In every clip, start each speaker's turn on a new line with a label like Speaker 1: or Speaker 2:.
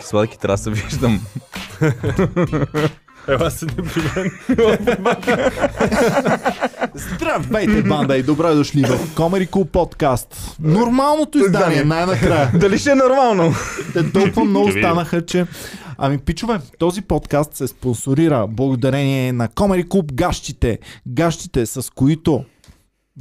Speaker 1: сладки трябва да се виждам.
Speaker 2: Ела Е, се не при мен.
Speaker 3: Здравейте, банда и добре дошли в Comedy Cool Podcast. Нормалното издание, най-накрая.
Speaker 1: Дали ще е нормално?
Speaker 3: Те толкова много станаха, че... Ами, пичове, този подкаст се спонсорира благодарение на Comedy Club гащите. Гащите, с които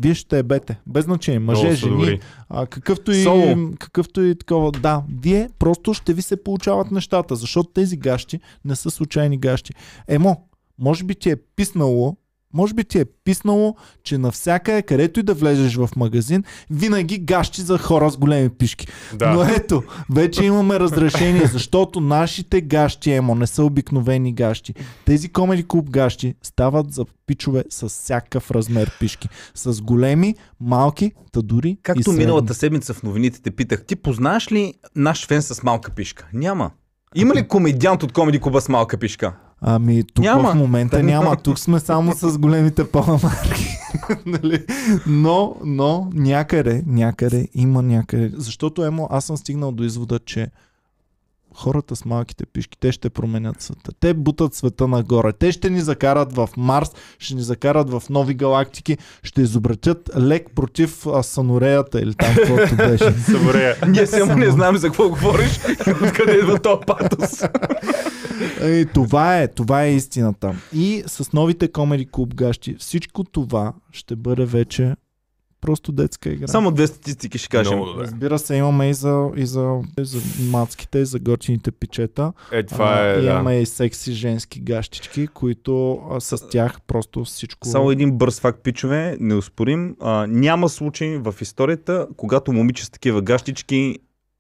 Speaker 3: вие ще е бете. Без значение, мъже,
Speaker 2: Много са
Speaker 3: жени,
Speaker 2: добри.
Speaker 3: а, какъвто, и,
Speaker 1: Соло.
Speaker 3: Ами, какъвто и такова. Да, вие просто ще ви се получават нещата, защото тези гащи не са случайни гащи. Емо, може би ти е писнало, може би ти е писнало, че навсякъде, където и да влезеш в магазин, винаги гащи за хора с големи пишки.
Speaker 2: Да.
Speaker 3: Но ето, вече имаме разрешение, защото нашите гащи, емо, не са обикновени гащи. Тези Comedy Club гащи стават за пичове с всякакъв размер пишки. С големи, малки, та дори и
Speaker 1: Както
Speaker 3: средни.
Speaker 1: миналата седмица в новините те питах, ти познаваш ли наш фен с малка пишка? Няма. Има ли комедиант от Комеди Куба с малка пишка?
Speaker 3: Ами тук
Speaker 1: Няма.
Speaker 3: в момента няма. Тук сме само с големите паламарки. нали? Но, но някъде, някъде има някъде. Защото емо, аз съм стигнал до извода, че хората с малките пишки, те ще променят света. Те бутат света нагоре. Те ще ни закарат в Марс, ще ни закарат в нови галактики, ще изобретят лек против а, санореята или там каквото беше.
Speaker 2: Добре.
Speaker 1: Ние само не знаем за какво говориш и откъде идва този патос.
Speaker 3: И това е, това е истината. И с новите Comedy Club гащи, всичко това ще бъде вече просто детска игра.
Speaker 1: Само две статистики ще кажем.
Speaker 2: Много добре.
Speaker 3: Разбира се, имаме и за, и за, и за мацките, и за горчините пичета.
Speaker 2: Е, това
Speaker 3: А,
Speaker 2: е, да.
Speaker 3: Имаме и секси женски гащички, които а, с тях просто всичко...
Speaker 1: Само един бърз факт, пичове, не успорим. А, няма случай в историята, когато момиче с такива гащички,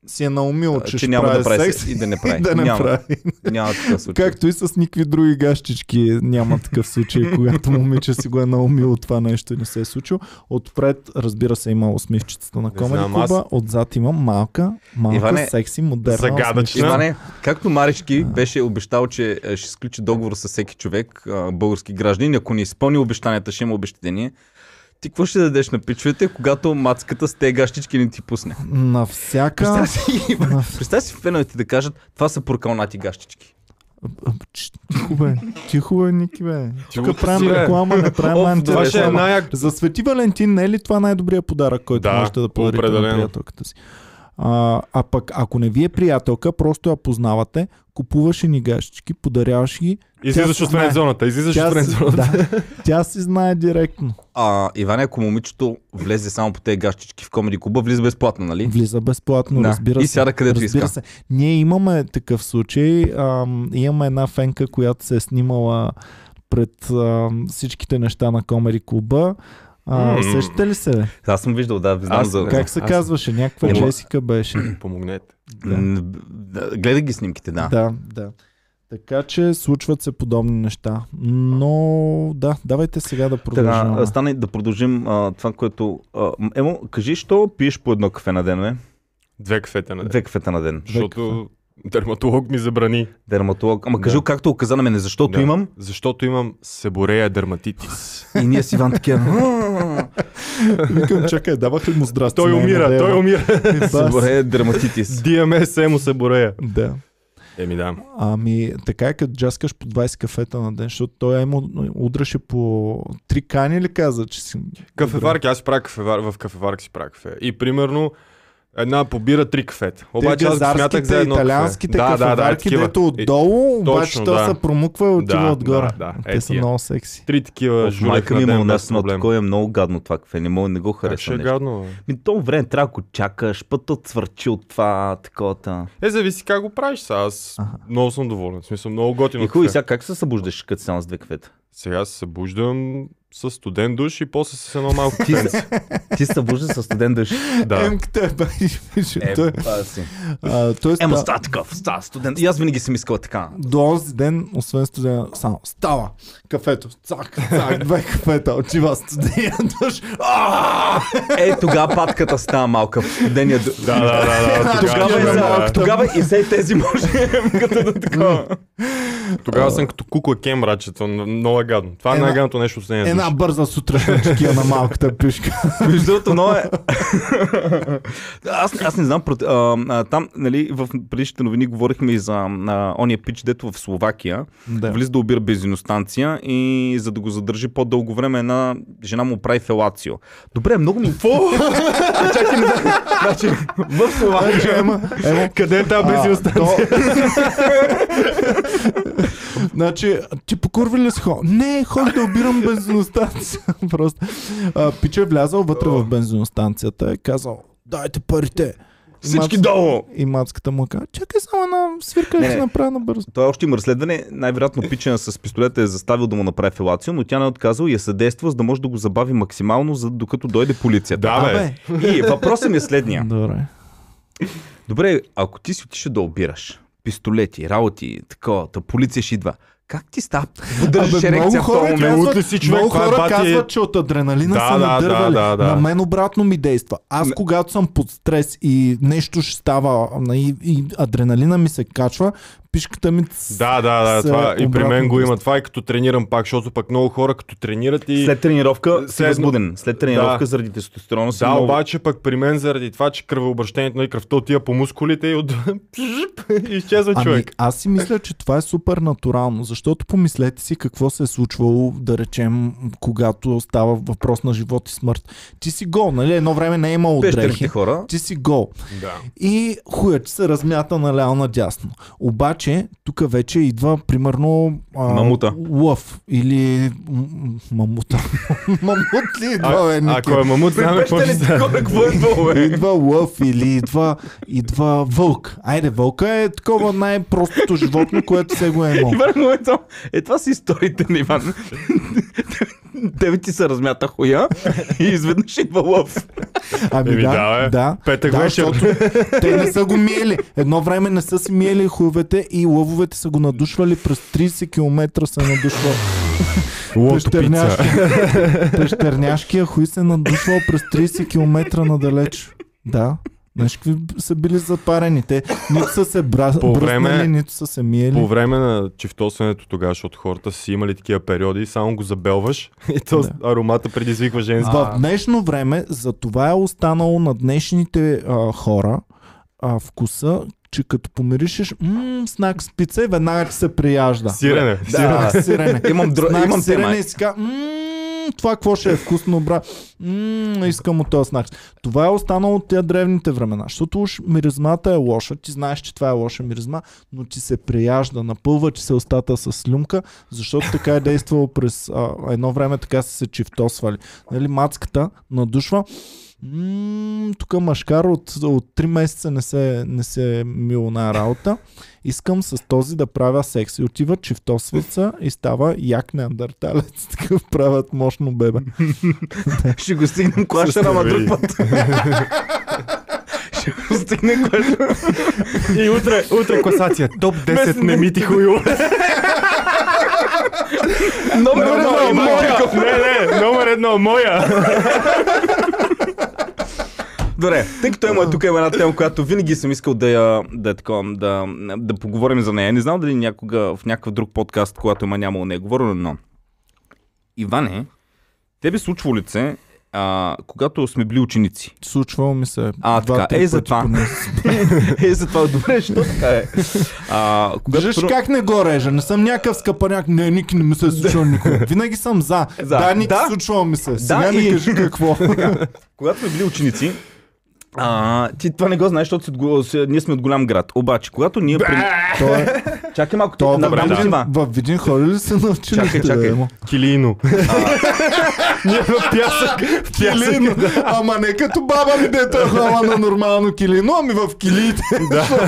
Speaker 3: си е наумил,
Speaker 1: а,
Speaker 3: че,
Speaker 1: че,
Speaker 3: ще
Speaker 1: няма да прави
Speaker 3: секс,
Speaker 1: секс и да не
Speaker 3: и
Speaker 1: прави.
Speaker 3: да не
Speaker 1: няма,
Speaker 3: прави.
Speaker 1: няма такъв случай.
Speaker 3: Както и с никакви други гащички няма такъв случай, когато момиче си го е наумило това нещо и не се е случило. Отпред, разбира се, има усмивчицата на Комеди
Speaker 2: знам, аз-
Speaker 3: Куба, отзад има малка, малка,
Speaker 1: Иване,
Speaker 3: секси, модерна
Speaker 2: загадъчна.
Speaker 3: усмивчица.
Speaker 1: Иване, както Марички беше обещал, че е, ще сключи договор с всеки човек, а, български гражданин, ако не изпълни обещанията, ще има обещетение. Ти какво ще дадеш на пичовете, когато мацката с те гащички не ти пусне?
Speaker 3: На всяка...
Speaker 1: Представя си, представя си феновете да кажат, това са прокалнати гащички.
Speaker 3: Ч- Тихо бе, е, тихо бе, Ники бе.
Speaker 2: го
Speaker 3: Тук
Speaker 2: си,
Speaker 3: правим
Speaker 2: бе.
Speaker 3: реклама, не правим
Speaker 1: Оф,
Speaker 2: Това ще е
Speaker 3: антиреклама.
Speaker 2: най-як...
Speaker 3: За Свети Валентин не е ли това най-добрият подарък, който
Speaker 2: Да,
Speaker 3: можете да подарите на
Speaker 2: определено.
Speaker 3: приятелката си? А, а пък, ако не ви е приятелка, просто я познавате, купуваше ни гащички, подаряваш ги.
Speaker 2: Излизаш
Speaker 3: Тя
Speaker 2: от
Speaker 3: се знае.
Speaker 2: френдзоната, излизаш от
Speaker 3: Тя си,
Speaker 2: френдзоната.
Speaker 3: да, тя си знае директно.
Speaker 1: А, Иване, ако момичето влезе само по тези гащички в Комеди Куба, влиза безплатно, нали?
Speaker 3: Влиза безплатно,
Speaker 1: Да,
Speaker 3: разбира се.
Speaker 1: и сяда където
Speaker 3: разбира
Speaker 1: иска.
Speaker 3: се. Ние имаме такъв случай. Ам, имаме една фенка, която се е снимала пред ам, всичките неща на Комери клуба. А,
Speaker 2: М.
Speaker 3: Сещате ли се? бе?
Speaker 1: Аз съм виждал, да, знам
Speaker 2: Аз-
Speaker 1: за...
Speaker 3: Как се
Speaker 2: аз-
Speaker 3: казваше? Някаква
Speaker 1: Ема-
Speaker 3: Джесика беше.
Speaker 2: Помогнете.
Speaker 3: да.
Speaker 1: М, да, Гледай ги снимките, да.
Speaker 3: Да, да. Така че случват се подобни неща. Но да, давайте сега да
Speaker 1: Така,
Speaker 3: продължаваме.
Speaker 1: а, стане да продължим а, това, което... А, м- Емо, кажи, що пиеш по едно кафе на ден, бе?
Speaker 2: Две кафета на ден.
Speaker 1: Две кафета на ден.
Speaker 2: Защото дерматолог ми забрани.
Speaker 1: Дерматолог. Ама кажи
Speaker 2: Да.
Speaker 1: го както го каза на мене, защото
Speaker 2: Да.
Speaker 1: имам
Speaker 2: Защото имам себорея дерматитис.
Speaker 1: и ние с Иван такива.
Speaker 3: Викам, чакай, давах ли му здрасти?
Speaker 2: той
Speaker 3: Не, не,
Speaker 2: умира,
Speaker 3: не,
Speaker 2: той
Speaker 3: ама.
Speaker 2: умира.
Speaker 3: Бас.
Speaker 1: Добре, е дерматитис.
Speaker 2: DMS Е, му себорея.
Speaker 3: Да.
Speaker 2: Еми да.
Speaker 3: Ами, така е като джаскаш по 20 кафета на ден, защото той му удраше по три кани ли каза, че си...
Speaker 2: Кафеварки, аз си правя кафевар, в кафеварка си правя кафе. И примерно една побира три кафета. Обаче аз го смятах за едно кафе.
Speaker 3: италианските
Speaker 2: да, да, да, е
Speaker 3: кафеварки,
Speaker 2: такива.
Speaker 3: дето
Speaker 2: И
Speaker 3: отдолу, обаче
Speaker 2: точно,
Speaker 3: той
Speaker 2: да.
Speaker 3: се промуква и отива
Speaker 2: Да,
Speaker 3: отгоре.
Speaker 2: да, да.
Speaker 3: Те
Speaker 2: Е,
Speaker 3: са
Speaker 2: тия.
Speaker 3: много секси.
Speaker 2: Три такива
Speaker 1: Оф,
Speaker 2: жулек
Speaker 1: майка
Speaker 2: на
Speaker 1: ми
Speaker 2: ден,
Speaker 1: има у
Speaker 2: без
Speaker 1: нас на
Speaker 2: проблем.
Speaker 1: такова е много гадно това кафе. Не мога, не го
Speaker 2: Как ще
Speaker 1: харесвам.
Speaker 2: е
Speaker 1: нещо.
Speaker 2: гадно? бе?
Speaker 1: Ми, то време трябва да го чакаш, път от свърчи от това, такова.
Speaker 2: Е, зависи как го правиш сега. Аз
Speaker 3: Аха.
Speaker 2: много съм доволен. В смисъл, много готино
Speaker 1: И хубаво, и
Speaker 2: кафе.
Speaker 1: сега как се събуждаш, като си само с две кафета?
Speaker 2: Сега се събуждам с студен душ и после с едно малко
Speaker 1: Ти се-
Speaker 2: пенце.
Speaker 1: Ти се събуждаш със студен дъжд.
Speaker 2: да.
Speaker 3: Емката е
Speaker 1: Е,
Speaker 3: бай, той-
Speaker 1: това е си.
Speaker 3: а, Тоест,
Speaker 1: Ема
Speaker 3: да,
Speaker 1: ста такъв, ста студент. И аз винаги съм искал така.
Speaker 3: до онзи ден, освен студена, само става кафето, цак, цак, две кафета, отива студен душ. Ааа!
Speaker 1: Е, тогава патката става малка в студения дъжд.
Speaker 2: Да, да, да, да.
Speaker 1: Тогава,
Speaker 3: Тогава
Speaker 1: е,
Speaker 3: е
Speaker 1: за,
Speaker 3: малката.
Speaker 1: тогава и се тези може като да е такова.
Speaker 2: Тогава съм като кукла кемрачето. Много е гадно. Това е
Speaker 3: Една-
Speaker 2: най-гадното нещо от студения
Speaker 3: една бърза сутрешна чекия на малката пишка.
Speaker 1: Между другото, но е... аз, аз не знам, проти- а, а, там, нали, в предишните новини говорихме и за а, ония пич, дето в Словакия.
Speaker 3: да.
Speaker 1: Влиза да обира бензиностанция и за да го задържи по-дълго време една жена му прави фелацио. Добре, много ми... А, Чакай, не знам. Значи, в Словакия...
Speaker 3: Ема, ема,
Speaker 2: Къде е тази
Speaker 3: А,
Speaker 2: бензиностанция?
Speaker 3: то- значи, ти покурви ли си хо? Не, ходих да обирам бензиностанция. Просто. А, пича е влязал вътре в бензиностанцията и казал, дайте парите. И
Speaker 1: Всички
Speaker 3: мац-
Speaker 1: долу!
Speaker 3: И мацката му каза, чакай само една свирка,
Speaker 1: Не,
Speaker 3: ще
Speaker 1: не.
Speaker 3: направя набързо.
Speaker 1: Той още има разследване. Най-вероятно пичена с пистолета е заставил да му направи фелацио, но тя не е отказала и я съдейства, за да може да го забави максимално, за докато дойде полицията.
Speaker 2: Да, бе.
Speaker 3: Абе,
Speaker 1: И въпросът ми е следния.
Speaker 3: добре.
Speaker 1: Добре, ако ти си отишъл да обираш пистолети, работи, такова, та полиция ще идва. Как ти става? Поддържаш
Speaker 3: Абе, много
Speaker 1: ерекция в този
Speaker 3: хора,
Speaker 1: момент.
Speaker 2: момент.
Speaker 3: казват,
Speaker 2: Лут ли си, човек?
Speaker 3: много
Speaker 2: Това е
Speaker 3: хора
Speaker 2: бати-
Speaker 3: казват, че от адреналина
Speaker 2: Да,
Speaker 3: са
Speaker 2: да,
Speaker 3: надървали.
Speaker 2: да, да, да.
Speaker 3: На мен обратно ми действа. Аз когато съм под стрес и нещо ще става а, и, и адреналина ми се качва, пишката ми... ц-
Speaker 2: Да, да, да,
Speaker 3: с,
Speaker 2: това
Speaker 3: а,
Speaker 2: и при мен
Speaker 3: обратно
Speaker 2: го
Speaker 3: връзка.
Speaker 2: има. Това и като тренирам пак, защото пък много хора като тренират и...
Speaker 1: След тренировка си
Speaker 2: След-
Speaker 1: възбуден. След тренировка заради тестостерона си
Speaker 2: Да,
Speaker 1: много-
Speaker 2: обаче пък при мен заради това, че кръвообращението на кръвта отива по мускулите и от... изчезва
Speaker 3: Ами,
Speaker 2: човек.
Speaker 3: аз си мисля, че това е супер натурално, защото помислете си какво се е случвало, да речем, когато става въпрос на живот и смърт. Ти си гол, нали? Едно време не е имало
Speaker 1: пещерните
Speaker 3: дрехи.
Speaker 1: хора.
Speaker 3: Ти си гол.
Speaker 2: Да.
Speaker 3: И хуя, че се размята наляво надясно. Обаче, тук вече идва, примерно, а,
Speaker 1: Мамута.
Speaker 3: лъв или м- м- мамута. Мамут ли идва, бе,
Speaker 2: А, ако
Speaker 3: Ники?
Speaker 2: е мамут, знаме какво ще
Speaker 1: Пещерните
Speaker 2: стане.
Speaker 1: хора, какво е това, бе?
Speaker 3: Идва лъв или идва, идва вълк. Айде, вълка е такова най-простото животно, което се го е имало.
Speaker 1: Иван, в момента, е това са историите на Иван. Тебе ти се размята хуя и изведнъж идва лъв.
Speaker 3: Ами
Speaker 2: Еми
Speaker 3: да,
Speaker 2: да,
Speaker 3: да,
Speaker 2: бе.
Speaker 3: да.
Speaker 2: Петък
Speaker 3: да,
Speaker 2: вечер.
Speaker 3: защото Те не са го миели. Едно време не са си миели хуйовете и лъвовете са го надушвали през 30 км са надушвали.
Speaker 2: пица.
Speaker 3: Пещерняшки- Пещерняшкия хуй се надушвал през 30 км надалеч. Да. Знаеш какви са били запарени. Те нито са се бра...
Speaker 2: По
Speaker 3: бръснали,
Speaker 2: време-
Speaker 3: нито са се миели.
Speaker 2: По време на чифтосването тогава, защото хората си имали такива периоди, само го забелваш и то
Speaker 3: Да.
Speaker 2: аромата предизвиква женски.
Speaker 3: В днешно време за това е останало на днешните а, хора а, вкуса, че като помиришеш м- снак с пица и веднага ти се прияжда.
Speaker 2: Сирене. сирене.
Speaker 3: Да, сирене.
Speaker 1: Имам, дро...
Speaker 3: Снак
Speaker 1: имам
Speaker 3: с сирене
Speaker 1: тема.
Speaker 3: и си ка, «М, това какво ще е вкусно, бра. М, искам от този снак. Това е останало от тия древните времена, защото уж миризмата е лоша, ти знаеш, че това е лоша миризма, но ти се прияжда, напълва, че се остата с слюнка, защото така е действало през а, едно време, така са се чифтосвали. Нали, мацката надушва, М, тук машкар от, от 3 месеца не се, не се е мило на работа. Искам с този да правя секс. И отива чифтосвица и става як неандерталец. Такъв правят мощно бебе.
Speaker 1: Ще го стигнем клаша, ама друг път. Ще го стигнем клаша.
Speaker 2: И утре, утре класация. Топ 10 не ми ти хуйло.
Speaker 1: Номер
Speaker 2: Номер
Speaker 1: едно,
Speaker 2: едно,
Speaker 1: Иван
Speaker 2: моя.
Speaker 1: Кирков.
Speaker 2: Не, не, номер едно, моя.
Speaker 1: Добре, тъй като има тук има една тема, която винаги съм искал да, я, да, е такова, да, да поговорим за нея. Не знам дали някога в някакъв друг подкаст, когато има нямало не е говорено, но... Иване, тебе случва ли се, а, когато сме били ученици?
Speaker 3: Случвало ми се.
Speaker 1: А,
Speaker 3: два,
Speaker 1: така,
Speaker 3: три
Speaker 1: е, за
Speaker 3: пъти
Speaker 1: това.
Speaker 3: поне.
Speaker 1: е, затова добре, що така е. А, когато
Speaker 3: Виждаш
Speaker 1: първо-
Speaker 3: как не го режа? Не съм някакъв скъпаняк. Не, Ники, не ми се е случило никога. Винаги съм за.
Speaker 1: За.
Speaker 3: Да, Ники,
Speaker 1: Да.
Speaker 3: случвало ми се. Сега ми
Speaker 1: и-
Speaker 3: кажи какво.
Speaker 1: Когато сме били ученици, а, ти това не го знаеш, защото си от го- си, ние сме от голям град. Обаче, когато ние... При...
Speaker 3: То е-
Speaker 1: Чакай малко,
Speaker 3: то
Speaker 1: то,
Speaker 3: във
Speaker 1: направо
Speaker 3: Видин-
Speaker 1: да.
Speaker 3: във Видин хора ли се научили?
Speaker 1: Чакай, чакай.
Speaker 3: Да, ема.
Speaker 2: Килино. Ние в пясък. В пясък.
Speaker 3: Килино. Ама не като баба ми, дето е хвала на нормално килино, ами в килиите. Защото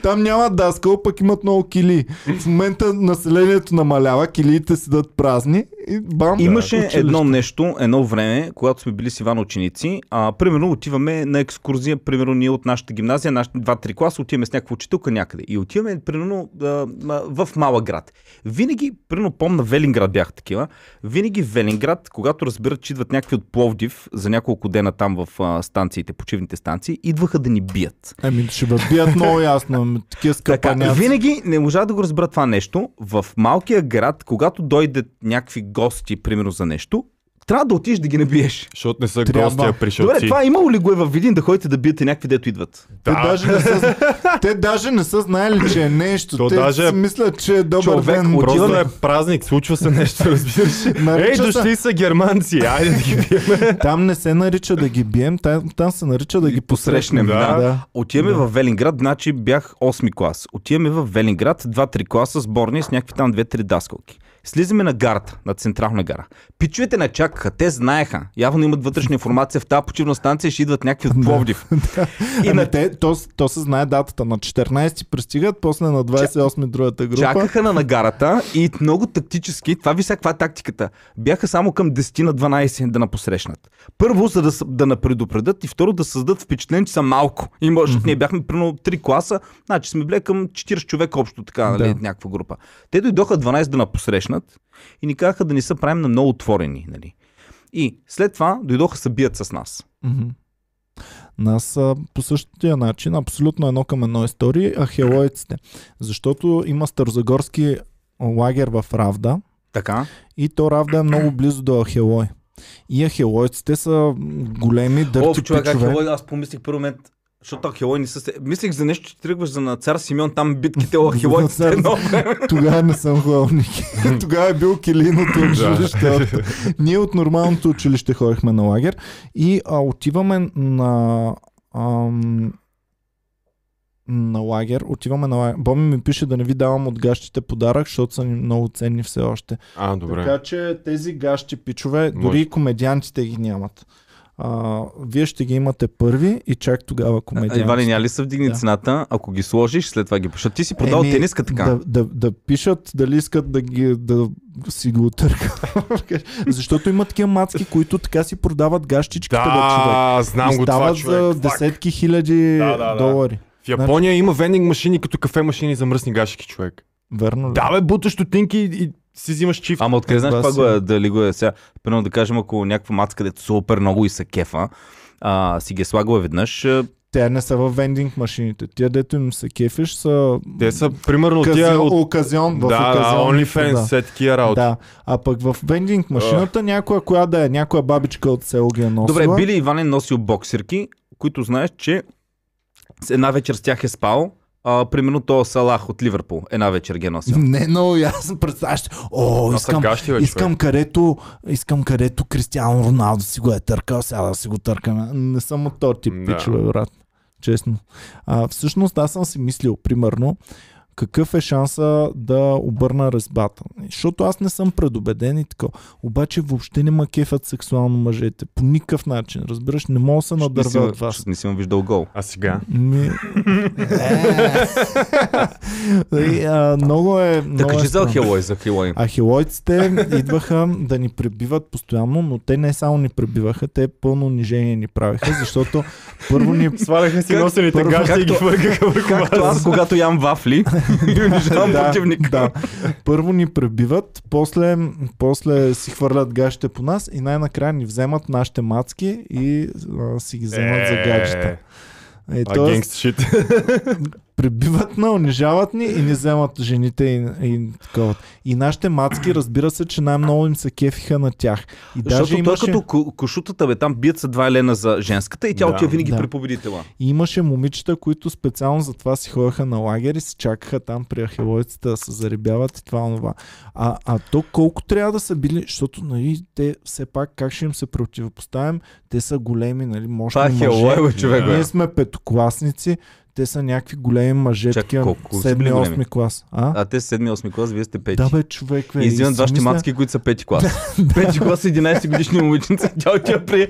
Speaker 3: Там няма даскал, пък имат много кили. В момента населението намалява, килиите седат празни и бам.
Speaker 1: Имаше
Speaker 3: училище.
Speaker 1: едно нещо, едно време, когато сме били с Иван ученици. А, примерно отиваме на екскурзия, примерно ние от нашата гимназия, нашите два-три класа, отиваме с някаква учителка някъде. И отиваме, примерно, а, а, в малък град. Винаги, примерно, помна Велинград бях такива. Винаги в Велинград, когато разбират, че идват някакви от Пловдив за няколко дена там в а, станциите, почивните станции, идваха да ни бият.
Speaker 3: Ами ще ви бият много ясно. ами, Такива
Speaker 1: Така,
Speaker 3: скъпаняци.
Speaker 1: винаги не можа да го разбера това нещо. В малкия град, когато дойдат някакви гости, примерно, за нещо, трябва да отидеш да ги набиеш.
Speaker 2: Защото не са
Speaker 3: Трябва.
Speaker 2: гости, а пришелци.
Speaker 1: Добре, това имало ли го е във Видин да ходите да биете някакви, дето идват?
Speaker 3: Те, даже не са, те даже не са знаели, че е нещо.
Speaker 2: То
Speaker 3: те
Speaker 2: даже
Speaker 3: си мислят, че е добър
Speaker 1: човек
Speaker 3: ден.
Speaker 1: от-
Speaker 2: Просто
Speaker 1: Отиваме-
Speaker 2: е празник, случва се нещо, разбираш. ли? Ей,
Speaker 3: Нарича се-
Speaker 2: дошли са германци, айде да ги биеме.
Speaker 3: Там не се нарича да ги бием, там, там се нарича да ги посрещнем.
Speaker 1: Срещнем, да.
Speaker 2: да.
Speaker 3: Да.
Speaker 1: Отиваме в Велинград, значи бях 8 клас. Отиваме в Велинград, 2-3 класа сборни с някакви там 2-3 даскалки. Слизаме на гарата, на централна гара. Пичовете не чакаха, те знаеха. Явно имат вътрешна информация в тази почивна станция, ще идват някакви от Пловдив. И
Speaker 3: И
Speaker 1: на
Speaker 3: на... Ами те, то, с- то се знае датата. На 14 пристигат, после на 28 другата група.
Speaker 1: Чакаха на нагарата и много тактически, това ви сега каква е тактиката, бяха само към 10 на 12 да напосрещнат. Първо, за да, с- да напредупредят и второ, да създадат впечатление, че са малко. И може, ние бяхме примерно 3 класа, значи сме били към 40 човека общо така, нали,
Speaker 3: Да.
Speaker 1: някаква група. Те дойдоха 12 да напосрещнат и ни казаха да не са правим на много отворени. Нали. И след това дойдоха се бият с нас.
Speaker 3: Мгм. Нас а, по същия начин, абсолютно едно към едно истории, ахелоиците. Защото има старозагорски лагер в Равда
Speaker 1: Така.
Speaker 3: и то Равда е много близо до Ахелой. И ахелойците са големи дърти
Speaker 1: О, човек,
Speaker 3: пичове.
Speaker 1: Ахелой, е аз помислих първи момент, защото Ахелой не са се... Мислих за нещо, че тръгваш за на цар Симеон, там битките о Ахелой.
Speaker 3: За на цар- Тогава не съм хлалник. Тогава е бил килин от училище. От- Ние от нормалното училище ходихме на лагер и а, отиваме на... Ам, на лагер. Отиваме на лагер. Боми ми пише да не ви давам от гащите подарък, защото са ни много ценни все още.
Speaker 2: А,
Speaker 3: Така
Speaker 2: добре.
Speaker 3: че тези гащи пичове, дори
Speaker 2: Може.
Speaker 3: и комедиантите ги нямат. А, вие ще ги имате първи и чак тогава комедиантите.
Speaker 1: Едва ли няма ли се вдигне
Speaker 3: Ами, Да.
Speaker 1: цената, ако ги сложиш, след това ги... Защото ти си продал
Speaker 3: Еми,
Speaker 1: тениска така.
Speaker 3: Да, да, да пишат дали искат да, ги, да си го отъркат. Защото има такива мацки, които така си продават гащичките да, човек.
Speaker 2: Да, знам
Speaker 3: И
Speaker 2: го това,
Speaker 3: стават за
Speaker 2: човек. Фак.
Speaker 3: десетки хиляди
Speaker 2: Да, да, да.
Speaker 3: долари.
Speaker 2: В Япония има вендинг машини като кафе машини за мръсни гашки, човек.
Speaker 3: Верно ли?
Speaker 2: Да, бе, буташ стотинки и, и си взимаш чифт.
Speaker 1: Ама откъде знаеш
Speaker 3: Бас
Speaker 1: това
Speaker 3: си.
Speaker 1: го е, дали го е сега? Примерно да кажем, ако някаква мацка, дето супер много и се кефа, а, си ги е слагала веднъж. а,
Speaker 3: Те не са във вендинг машините. Тия, дето им се кефиш, са...
Speaker 2: Те са примерно тия
Speaker 3: Казион,
Speaker 2: от...
Speaker 3: оказион, в
Speaker 2: Да, да,
Speaker 3: оказион.
Speaker 2: OnlyFans,
Speaker 3: Да.
Speaker 2: все такива работи.
Speaker 3: Да, а пък в вендинг машината някоя, коя да е, някоя бабичка от село ги е носила.
Speaker 1: Добре, Били Иванен носил боксерки, които знаеш, че с една вечер с тях е спал. А, примерно то Салах от Ливърпул. Една вечер ги е носил.
Speaker 3: Не, но ясно представяш. си, О,
Speaker 2: Това са
Speaker 3: искам,
Speaker 2: гащи, бе, човек.
Speaker 3: искам, където, искам където Кристиано Роналдо си го е търкал, сега да си го търкаме. Не съм от този тип
Speaker 2: Да.
Speaker 3: пичове, брат. Честно. А, всъщност аз съм си мислил, примерно, какъв е шанса да обърна резбата. Защото аз не съм предубеден и така. Обаче въобще не ма кефят сексуално мъжете. По никакъв начин. Разбираш, не мога да се
Speaker 1: Не си
Speaker 3: надървя
Speaker 1: му-
Speaker 3: от вас.
Speaker 1: Не си му виждал гол.
Speaker 2: А сега?
Speaker 3: Ми... Е. И, а, много е...
Speaker 1: Да
Speaker 3: много е
Speaker 1: кажи за
Speaker 3: странно.
Speaker 1: Ахелой, за Ахелой.
Speaker 3: Ахилойците идваха да ни пребиват постоянно, но те не само ни пребиваха, те пълно унижение ни правиха, защото първо ни...
Speaker 2: Сваляха си
Speaker 1: Как-
Speaker 2: носените
Speaker 1: първо-
Speaker 2: гащи и ги
Speaker 1: както-
Speaker 2: фъргаха върху
Speaker 1: Както
Speaker 2: вас.
Speaker 1: аз, когато ям вафли и унижавам противника.
Speaker 3: да. Първо ни пребиват, после, после си хвърлят гащите по нас и най-накрая ни вземат нашите мацки и а, си ги вземат
Speaker 1: Е.
Speaker 3: за гаджета. Е,
Speaker 2: А
Speaker 3: тоест,
Speaker 2: генгст шит.
Speaker 3: пребиват на, унижават ни и ни вземат жените и, и такова. И нашите мацки, разбира се, че най-много им се кефиха на тях. И даже
Speaker 1: Защото той
Speaker 3: имаше,
Speaker 1: като ко- кошутата, бе, там бият се 2 лена за женската и тя
Speaker 2: Да.
Speaker 1: отива винаги
Speaker 3: Да.
Speaker 1: при победителя.
Speaker 3: и имаше момичета, които специално за това си ходеха на лагер и си чакаха там при ахилойците да се заребяват и това онова. А, а то колко трябва да са били, защото нали, те все пак как ще им се противопоставим, те са големи, нали, мощни
Speaker 1: Това е
Speaker 3: мъже.
Speaker 1: Ахелой, бе, човек, бе.
Speaker 3: Ние сме петокласници, те са някакви големи мъже,
Speaker 1: Чакай,
Speaker 3: такива
Speaker 1: колко са били големи?
Speaker 3: 7-8 клас. А?
Speaker 1: А те са 7-8 клас, вие сте 5.
Speaker 3: Да бе, човек, бе.
Speaker 1: и извинят
Speaker 3: си
Speaker 1: вашите
Speaker 3: мисля-
Speaker 1: мацки, които са 5 клас. 5 клас 11 годишни момиченца, тя отива при...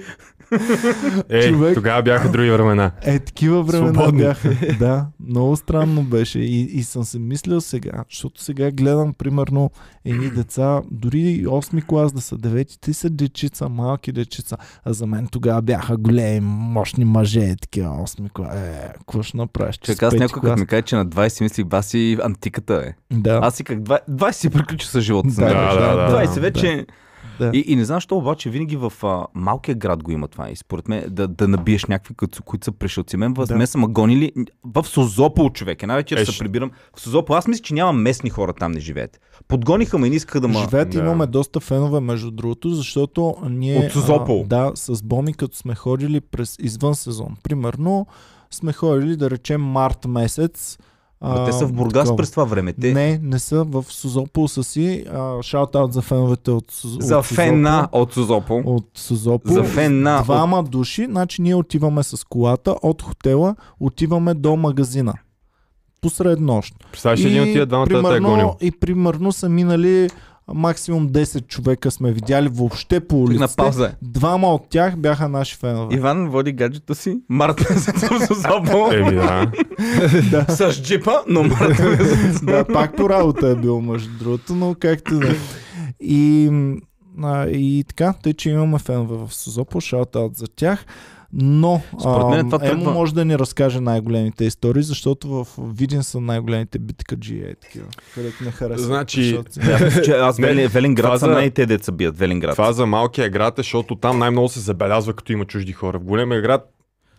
Speaker 2: Ей,
Speaker 3: Човек.
Speaker 2: Е, тогава бяха други времена.
Speaker 3: Е, такива времена
Speaker 2: Свободни.
Speaker 3: бяха. Да, много странно беше. И, и съм се мислил сега, защото сега гледам, примерно, едни деца, дори и 8 клас да са 9, те са дечица, малки дечица. А за мен тогава бяха големи, мощни мъже, такива 8 клас. Е, какво ще направиш? че
Speaker 1: Човек,
Speaker 3: си
Speaker 1: аз
Speaker 3: пети
Speaker 1: някой като
Speaker 3: клас?
Speaker 1: ми каже, че на 20 мислих, баси си антиката е.
Speaker 3: Да.
Speaker 1: Аз си как 20 си приключи с живота.
Speaker 3: Да,
Speaker 1: Да,
Speaker 2: да, да, да.
Speaker 1: 20 вече...
Speaker 3: Да.
Speaker 1: И, и не знам защо, обаче винаги в а, малкия град го има това. И според мен да, да набиеш някакви, които, които са пришелци. Мен въз,
Speaker 3: Да.
Speaker 1: да. ме са ма гонили в Созопол, човек. Една вечер
Speaker 2: Е,
Speaker 1: се
Speaker 2: ще-
Speaker 1: прибирам в Созопол. Аз мисля, че няма местни хора там не живеят. Подгониха ме и не искаха да ма...
Speaker 3: Живеят,
Speaker 2: да.
Speaker 3: имаме доста фенове, между другото, защото ние...
Speaker 1: От Созопол.
Speaker 3: А, да, с Боми, като сме ходили през извън сезон. Примерно, сме ходили, да речем, март месец.
Speaker 1: Ма Те са в Бургас
Speaker 3: такова.
Speaker 1: през това време. Те...
Speaker 3: Не, не са в Созопол са си. А, шаут-аут за феновете от, Суз-
Speaker 1: За
Speaker 3: от Созопол.
Speaker 1: фена от Созопол.
Speaker 3: От Созопол.
Speaker 1: За фена от
Speaker 3: Двама души, значи ние отиваме с колата от хотела, отиваме до магазина. Посред нощ.
Speaker 2: Представяш един от тия двамата да те е гонил.
Speaker 3: и примерно са минали а, максимум 10 човека сме видяли въобще по
Speaker 1: Тък на
Speaker 3: улиците.
Speaker 1: пауза. е.
Speaker 3: Двама от тях бяха наши фенове.
Speaker 1: Иван води гаджето си. Марта в Созопол.
Speaker 2: Еми да.
Speaker 1: С джипа, но Марта
Speaker 3: да, пак по работа е бил между другото, но както да. е. И, м, а, и така, тъй, че имаме фенове в Созопо, шаутаут за тях. Но
Speaker 1: Според мен
Speaker 3: ам,
Speaker 1: това
Speaker 3: Емо
Speaker 1: тръгва-
Speaker 3: може да ни разкаже най-големите истории, защото в Видин са най-големите биткаджи е такива, където не харесват.
Speaker 2: Значи,
Speaker 3: пришълци.
Speaker 1: Че аз
Speaker 2: Не,
Speaker 1: Вели- Велинград
Speaker 2: това
Speaker 1: са
Speaker 2: за-
Speaker 1: най-те деца бият. Велинград.
Speaker 2: Това за малкия град е, защото там най-много се забелязва, като има чужди хора. В големия град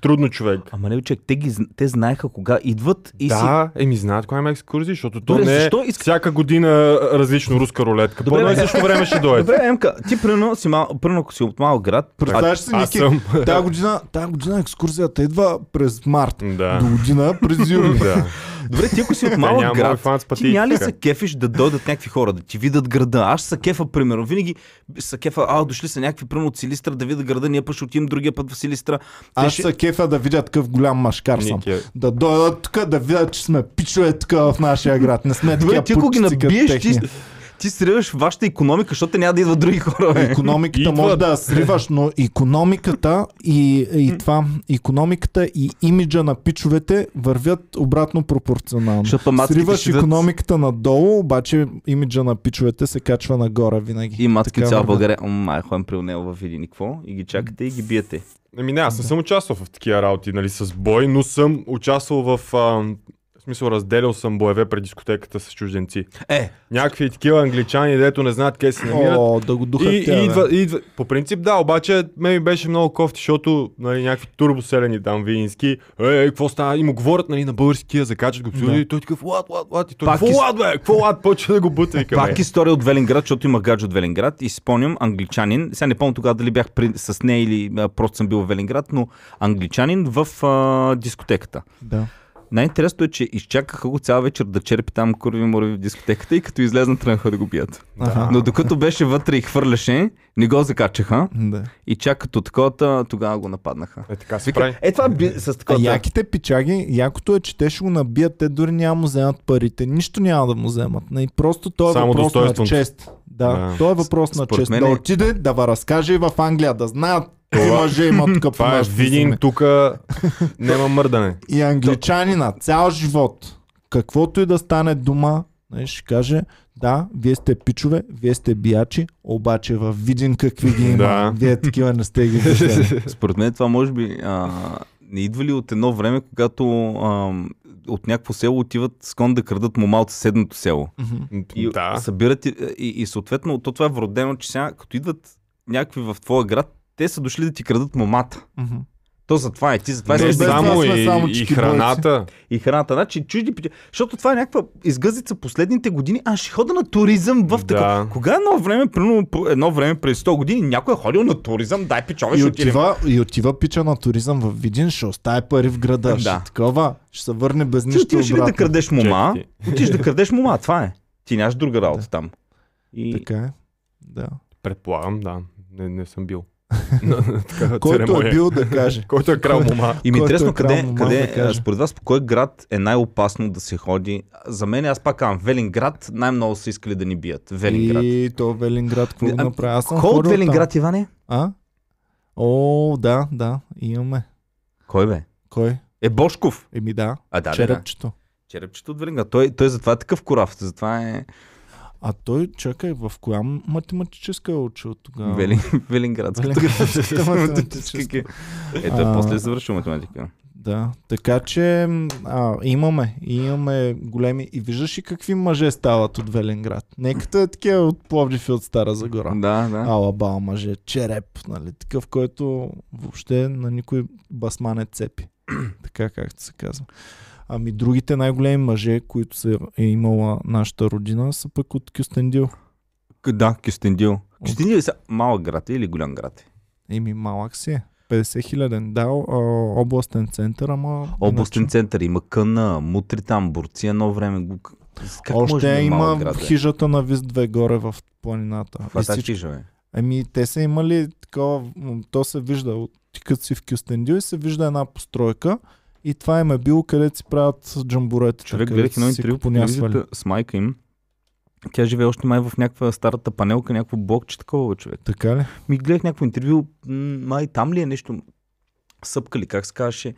Speaker 2: трудно човек.
Speaker 1: Ама не, бе, човек, те, ги, зн- те знаеха кога идват и си...
Speaker 2: Да, еми знаят коя има екскурзии, защото то
Speaker 1: Добре,
Speaker 2: не е
Speaker 1: защо иска-
Speaker 2: всяка година различно руска рулетка.
Speaker 1: Добре,
Speaker 2: По едно и
Speaker 1: бе.
Speaker 2: също време ще дойде.
Speaker 1: Добре, Емка, ти прино си мал, прино, ако си от малък град, пред...
Speaker 3: Представяш си,
Speaker 2: Аз
Speaker 3: Ники,
Speaker 2: съм.
Speaker 3: тази година, тази година екскурзията идва през март. До
Speaker 2: Да.
Speaker 3: година през юни.
Speaker 2: Да.
Speaker 1: добре, ти ако си от
Speaker 2: Те няма
Speaker 1: малък
Speaker 2: да
Speaker 1: град,
Speaker 2: хванат с
Speaker 1: ти
Speaker 2: пътийки,
Speaker 1: няма ли
Speaker 2: така.
Speaker 1: се кефиш да дойдат някакви хора, да ти видят града? Аз ще се кефа, примерно. Винаги се кефа, а, дошли са някакви, примерно от Силистра, да видят града, ние пък ще отидем другия път в Силистра.
Speaker 3: Аз ще се кефя да видят какъв голям машкар съм.
Speaker 2: Ники е-
Speaker 3: Да дойдат тук да видят, че сме пичове тук в нашия град. Не сме
Speaker 1: Добре,
Speaker 3: такива
Speaker 1: ти ако ги
Speaker 3: путчици като
Speaker 1: набиеш, ти,
Speaker 3: техния.
Speaker 1: ти сриваш вашата економика, защото те няма да идват други хора. бе.
Speaker 3: Економиката
Speaker 2: Идва.
Speaker 3: може да я сриваш, но економиката и, и това, економиката и имиджа на пичовете вървят обратно пропорционално.
Speaker 1: Защото матките
Speaker 3: Сриваш
Speaker 1: ще идват-
Speaker 3: економиката надолу, обаче имиджа на пичовете се качва нагоре винаги.
Speaker 1: И матки
Speaker 3: Така
Speaker 1: цяла
Speaker 3: върви.
Speaker 1: България. О, май, ходим при него във Видин и какво? И ги чакате и ги биете.
Speaker 2: Еми Ами, не, аз не съм участвал в такива работи, нали, с бой, но съм участвал в... А, в смисъл, разделял съм боеве пред дискотеката с чужденци.
Speaker 1: Е,
Speaker 2: Някакви такива англичани, дето не знаят къде се намират.
Speaker 3: О, да го духат
Speaker 2: Ами, и,
Speaker 3: тя, бе.
Speaker 2: и, идва, и идва, по принцип да, обаче ме ми беше много кофти, защото нали, някакви турбоселени там вински, е, е, какво става, и му говорят нали, на българския, закачат го псевдо
Speaker 3: Да.
Speaker 2: и той такъв, лад, лад, лад, и той,
Speaker 1: Пак
Speaker 2: какво
Speaker 1: из-
Speaker 2: лад, бе, какво лад, почва да го бута и към
Speaker 1: пак история от Велинград, защото има гадже от Велинград и си спомням англичанин. Сега не помня тогава дали бях при, с нея или а, просто съм бил в Велинград, но англичанин в а, дискотеката.
Speaker 3: Да.
Speaker 1: Най-интересното е, че изчакаха го цяла вечер да черпи там курви морови в дискотеката и като излезна тръгнаха да го бият.
Speaker 3: Аха.
Speaker 1: Но докато беше вътре и хвърляше, не го закачаха
Speaker 3: Да.
Speaker 1: и чак като такова, тогава го нападнаха.
Speaker 2: Е, така се прави.
Speaker 1: Вика, е това би, с
Speaker 3: А
Speaker 1: такова.
Speaker 3: яките пичаги, якото е, че те ще го набият, те дори няма му вземат парите, нищо няма да му вземат. Не, просто той е
Speaker 2: Само
Speaker 3: въпрос на
Speaker 2: достойството.
Speaker 3: чест. Да,
Speaker 2: Да.
Speaker 3: да, той е въпрос на
Speaker 1: Според
Speaker 3: чест.
Speaker 1: мен
Speaker 3: Да
Speaker 1: е-
Speaker 3: отиде, да ва разкаже и в Англия, да знаят кои
Speaker 2: Това-
Speaker 3: мъже има тук по
Speaker 2: Това е
Speaker 3: нашите
Speaker 2: видин,
Speaker 3: земи.
Speaker 2: тук няма мърдане.
Speaker 3: И англичанина, цял живот, каквото и да стане дума, нали, ще каже, да, вие сте пичове, вие сте биячи, обаче във Видин какви ги има.
Speaker 2: Да.
Speaker 3: Вие такива не сте ги виждали.
Speaker 1: Според мен това може би а, не идва ли от едно време, когато а, от някакво село отиват скон да крадат мома от съседното село. И
Speaker 2: Да.
Speaker 1: събират и, и, и съответно то това е вродено, че сега като идват някакви в твоя град, те са дошли да ти крадат момата.
Speaker 3: Мгм.
Speaker 1: То затова е ти, затова
Speaker 2: Не
Speaker 1: е
Speaker 3: без това
Speaker 2: само,
Speaker 3: сме
Speaker 2: и,
Speaker 3: само
Speaker 2: и
Speaker 3: чики
Speaker 2: храната.
Speaker 1: и храната. Значи чужди печи. Защото това е някаква изгъзица последните години. Аз ще хода на туризъм в така.
Speaker 2: Да.
Speaker 1: Кога едно време, примерно, по- едно време през 100 години, някой е ходил на туризъм, дай печове,
Speaker 3: И
Speaker 1: ще отидем.
Speaker 3: отива, и отива пича на туризъм в Видин, ще остави пари в града. Да.
Speaker 1: Да.
Speaker 3: Ще такова, ще се върне без
Speaker 1: Ти
Speaker 3: нищо
Speaker 1: отиваш ли да
Speaker 3: обратно.
Speaker 1: крадеш мома,
Speaker 2: Чакай
Speaker 1: отиваш да крадеш мома, това е. Ти нямаш друга работа там. И...
Speaker 3: Така е. Да.
Speaker 2: Предполагам, да. Не, не съм бил. На такава
Speaker 3: Който е
Speaker 2: церемония.
Speaker 3: бил да каже.
Speaker 2: Който е крал мома.
Speaker 1: И ми е
Speaker 3: Който е
Speaker 1: интересно
Speaker 3: крал
Speaker 1: къде,
Speaker 3: мома,
Speaker 1: къде
Speaker 3: да каже.
Speaker 1: а, според вас, по кой град е най-опасно да се ходи? За мен, аз пак казвам, Велинград най-много са искали да ни бият. Велинград. И...
Speaker 3: И то Велинград, какво
Speaker 1: Не,
Speaker 3: го
Speaker 1: а,
Speaker 3: направи? Аз съм
Speaker 1: Кой от
Speaker 3: ходил
Speaker 1: Велинград, Иване?
Speaker 3: Там. А? О, да, да, имаме.
Speaker 1: Кой бе?
Speaker 3: Кой?
Speaker 1: Е Бошков.
Speaker 3: Еми да,
Speaker 1: А, да, да, да.
Speaker 3: черепчето.
Speaker 1: Черепчето от Велинград. Той, той затова е такъв корав. Затова е
Speaker 3: А той, чакай, в коя математическа е учил тогава?
Speaker 1: Вели... Велинградската
Speaker 3: Велинградската математическа.
Speaker 1: математическа. Ето,
Speaker 3: А.
Speaker 1: после е завършил математика.
Speaker 3: Да, така че а, имаме, имаме големи. И виждаш и какви мъже стават от Велинград. Неката е такива от Пловдив и от Стара Загора.
Speaker 1: Да, да.
Speaker 3: Алабал мъже, череп, нали, такъв, който въобще на никой басма не цепи. така както се казва. Ами другите най-големи мъже, които се е имала нашата родина, са пък от Кюстендил.
Speaker 1: К- Да, Кюстендил. Кюстендил е са- малък град е или голям град? е?
Speaker 3: Ими малък си е. 50 хиляден, да, о- о, областен център, ама...
Speaker 1: Областен
Speaker 3: иначе-
Speaker 1: център, има къна, мутри там, борци, едно време го... Как може
Speaker 3: Още
Speaker 1: да е
Speaker 3: има
Speaker 1: малък град, бе?
Speaker 3: хижата на Виз 2 горе в планината.
Speaker 1: Това
Speaker 3: И
Speaker 1: са
Speaker 3: всички-
Speaker 1: хижа, бе.
Speaker 3: Ами те са имали такова, м, то се вижда, от- ти като си в Кюстендил и се вижда една постройка и това им е било където си правят джамбуретата.
Speaker 1: Човек
Speaker 3: където
Speaker 1: гледах едно
Speaker 3: са
Speaker 1: интервю по
Speaker 3: купонясвали.
Speaker 1: телевизията с майка им. Тя живее още май в някаква старата панелка, някакво блокче такова, бе, човек.
Speaker 3: Така ли?
Speaker 1: Ми гледах някакво интервю, м, май там ли е нещо, съпка ли, как се казваше.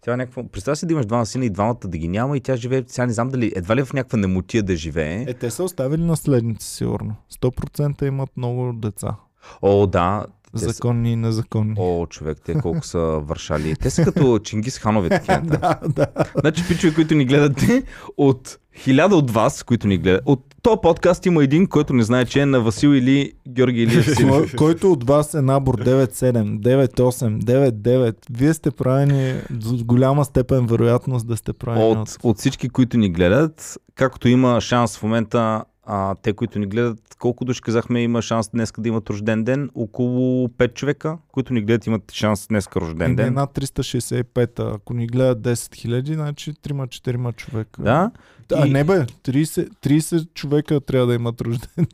Speaker 1: Тя е някаква... Представя си да имаш двама сина и двамата да ги няма и тя живее, сега не знам дали едва ли е в някаква немотия да живее.
Speaker 3: Е, те са оставили наследници, сигурно. 100% имат много деца.
Speaker 1: О, да, Те са-
Speaker 3: Законни и незаконни.
Speaker 1: О, човек, те колко са вършали. Те са като Чингис Ханове такива.
Speaker 3: Да, да.
Speaker 1: Значи, пичове, които ни гледате, от хиляда от вас, които ни гледат, от този подкаст има един, който не знае, че е на Васил или Георги или
Speaker 3: Кой- който от вас е набор 9-7, 9-8, 9-9, вие сте правени с голяма степен вероятност да сте правени
Speaker 1: от, от всички, които ни гледат, както има шанс в момента а, те, които ни гледат, колко души казахме, има шанс днес да имат рожден ден. Около 5 човека, които ни гледат, имат шанс днес рожден
Speaker 3: Еми,
Speaker 1: ден.
Speaker 3: Една 365, ако ни гледат 10 хиляди, значи 3-4 човека.
Speaker 1: Да,
Speaker 3: А,
Speaker 1: И-
Speaker 3: не бе, 30, 30 човека трябва да имат рожден.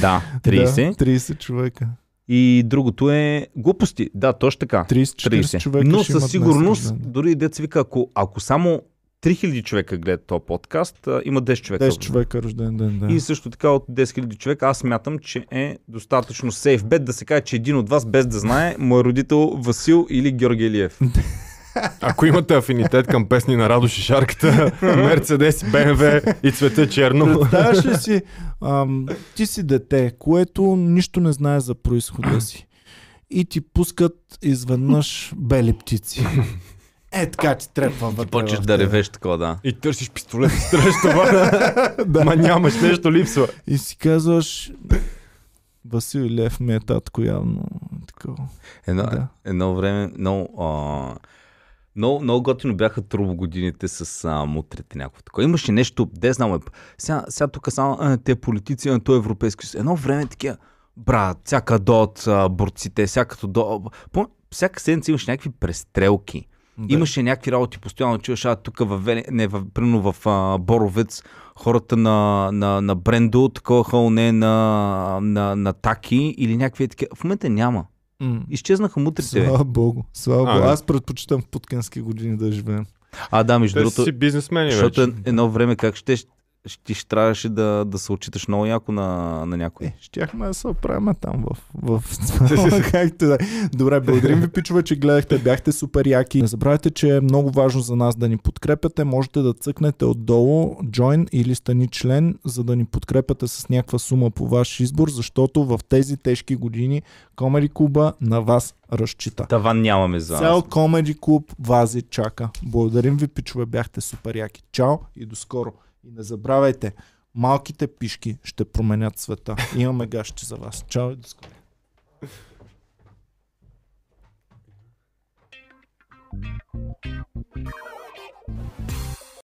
Speaker 1: да, 30.
Speaker 3: Да, 30 човека.
Speaker 1: И другото е глупости. Да, точно така.
Speaker 3: 30-40 човека.
Speaker 1: Но
Speaker 3: ще
Speaker 1: със
Speaker 3: имат днес
Speaker 1: сигурност,
Speaker 3: рожден ден.
Speaker 1: дори и деца вика, ако, ако само 3000 човека гледат този подкаст, а, има 10 човека.
Speaker 3: 10 човека рожден ден, да.
Speaker 1: И също така от 10 000 човека, аз мятам, че е достатъчно сейф бет да се каже, че един от вас, без да знае, му е родител Васил или Георги Елиев.
Speaker 2: Ако имате афинитет към песни на Радо Шишарката, Мерцедес, БМВ и Цвета Черно.
Speaker 3: Представяш ли си, ам, ти си дете, което нищо не знае за происхода си. И ти пускат изведнъж бели птици. Е, така ти трепва вътре.
Speaker 1: Почеш
Speaker 3: в
Speaker 1: да
Speaker 3: тебе.
Speaker 1: ревеш такова, да.
Speaker 2: И търсиш пистолет срещу това. да. Ма нямаш, нещо липсва.
Speaker 3: И си казваш, Васил Лев ми е татко явно. Такова.
Speaker 1: Едно,
Speaker 3: Да.
Speaker 1: едно време, много, а, много, много готино бяха трубо годините с а, мутрите някакво такова. Имаше нещо, де знам, е, сега, сега тук само а, те политици, а, то е европейски съюз. Едно време такива, брат, всяка до от а, борците, всяка до... По, всяка седмица имаше някакви престрелки. Да. Имаше някакви работи, постоянно чуваш, а тук в, Вели... не, в, примерно в а, Боровец, хората на, на, на Брендо, такова хълне на, на, на Таки или някакви такива. В момента няма.
Speaker 3: М.
Speaker 1: Изчезнаха мутрите. бе.
Speaker 3: Слава богу, слава
Speaker 2: А,
Speaker 3: богу.
Speaker 2: да.
Speaker 3: Аз предпочитам в путкински години да живеем.
Speaker 1: А, да, между
Speaker 2: Те
Speaker 1: другото,
Speaker 2: са си бизнесмени
Speaker 1: защото
Speaker 2: вече.
Speaker 1: е- едно време как ще, ще ти ще трябваше да, да се отчиташ много яко на, на някой.
Speaker 3: Е, щяхме да се оправим там в... в... Както да. е. Добре, благодарим ви, пичове, че гледахте. Бяхте супер яки. Не забравяйте, че е много важно за нас да ни подкрепяте. Можете да цъкнете отдолу join или стани член, за да ни подкрепяте с някаква сума по ваш избор, защото в тези тежки години Комери Куба на вас разчита.
Speaker 1: Таван нямаме за
Speaker 3: Цял
Speaker 1: нас.
Speaker 3: комеди клуб Вази чака. Благодарим ви, пичове, бяхте супер яки. Чао и до скоро. И не забравяйте, малките пишки ще променят света. Имаме гащи за вас. Чао и до скоро.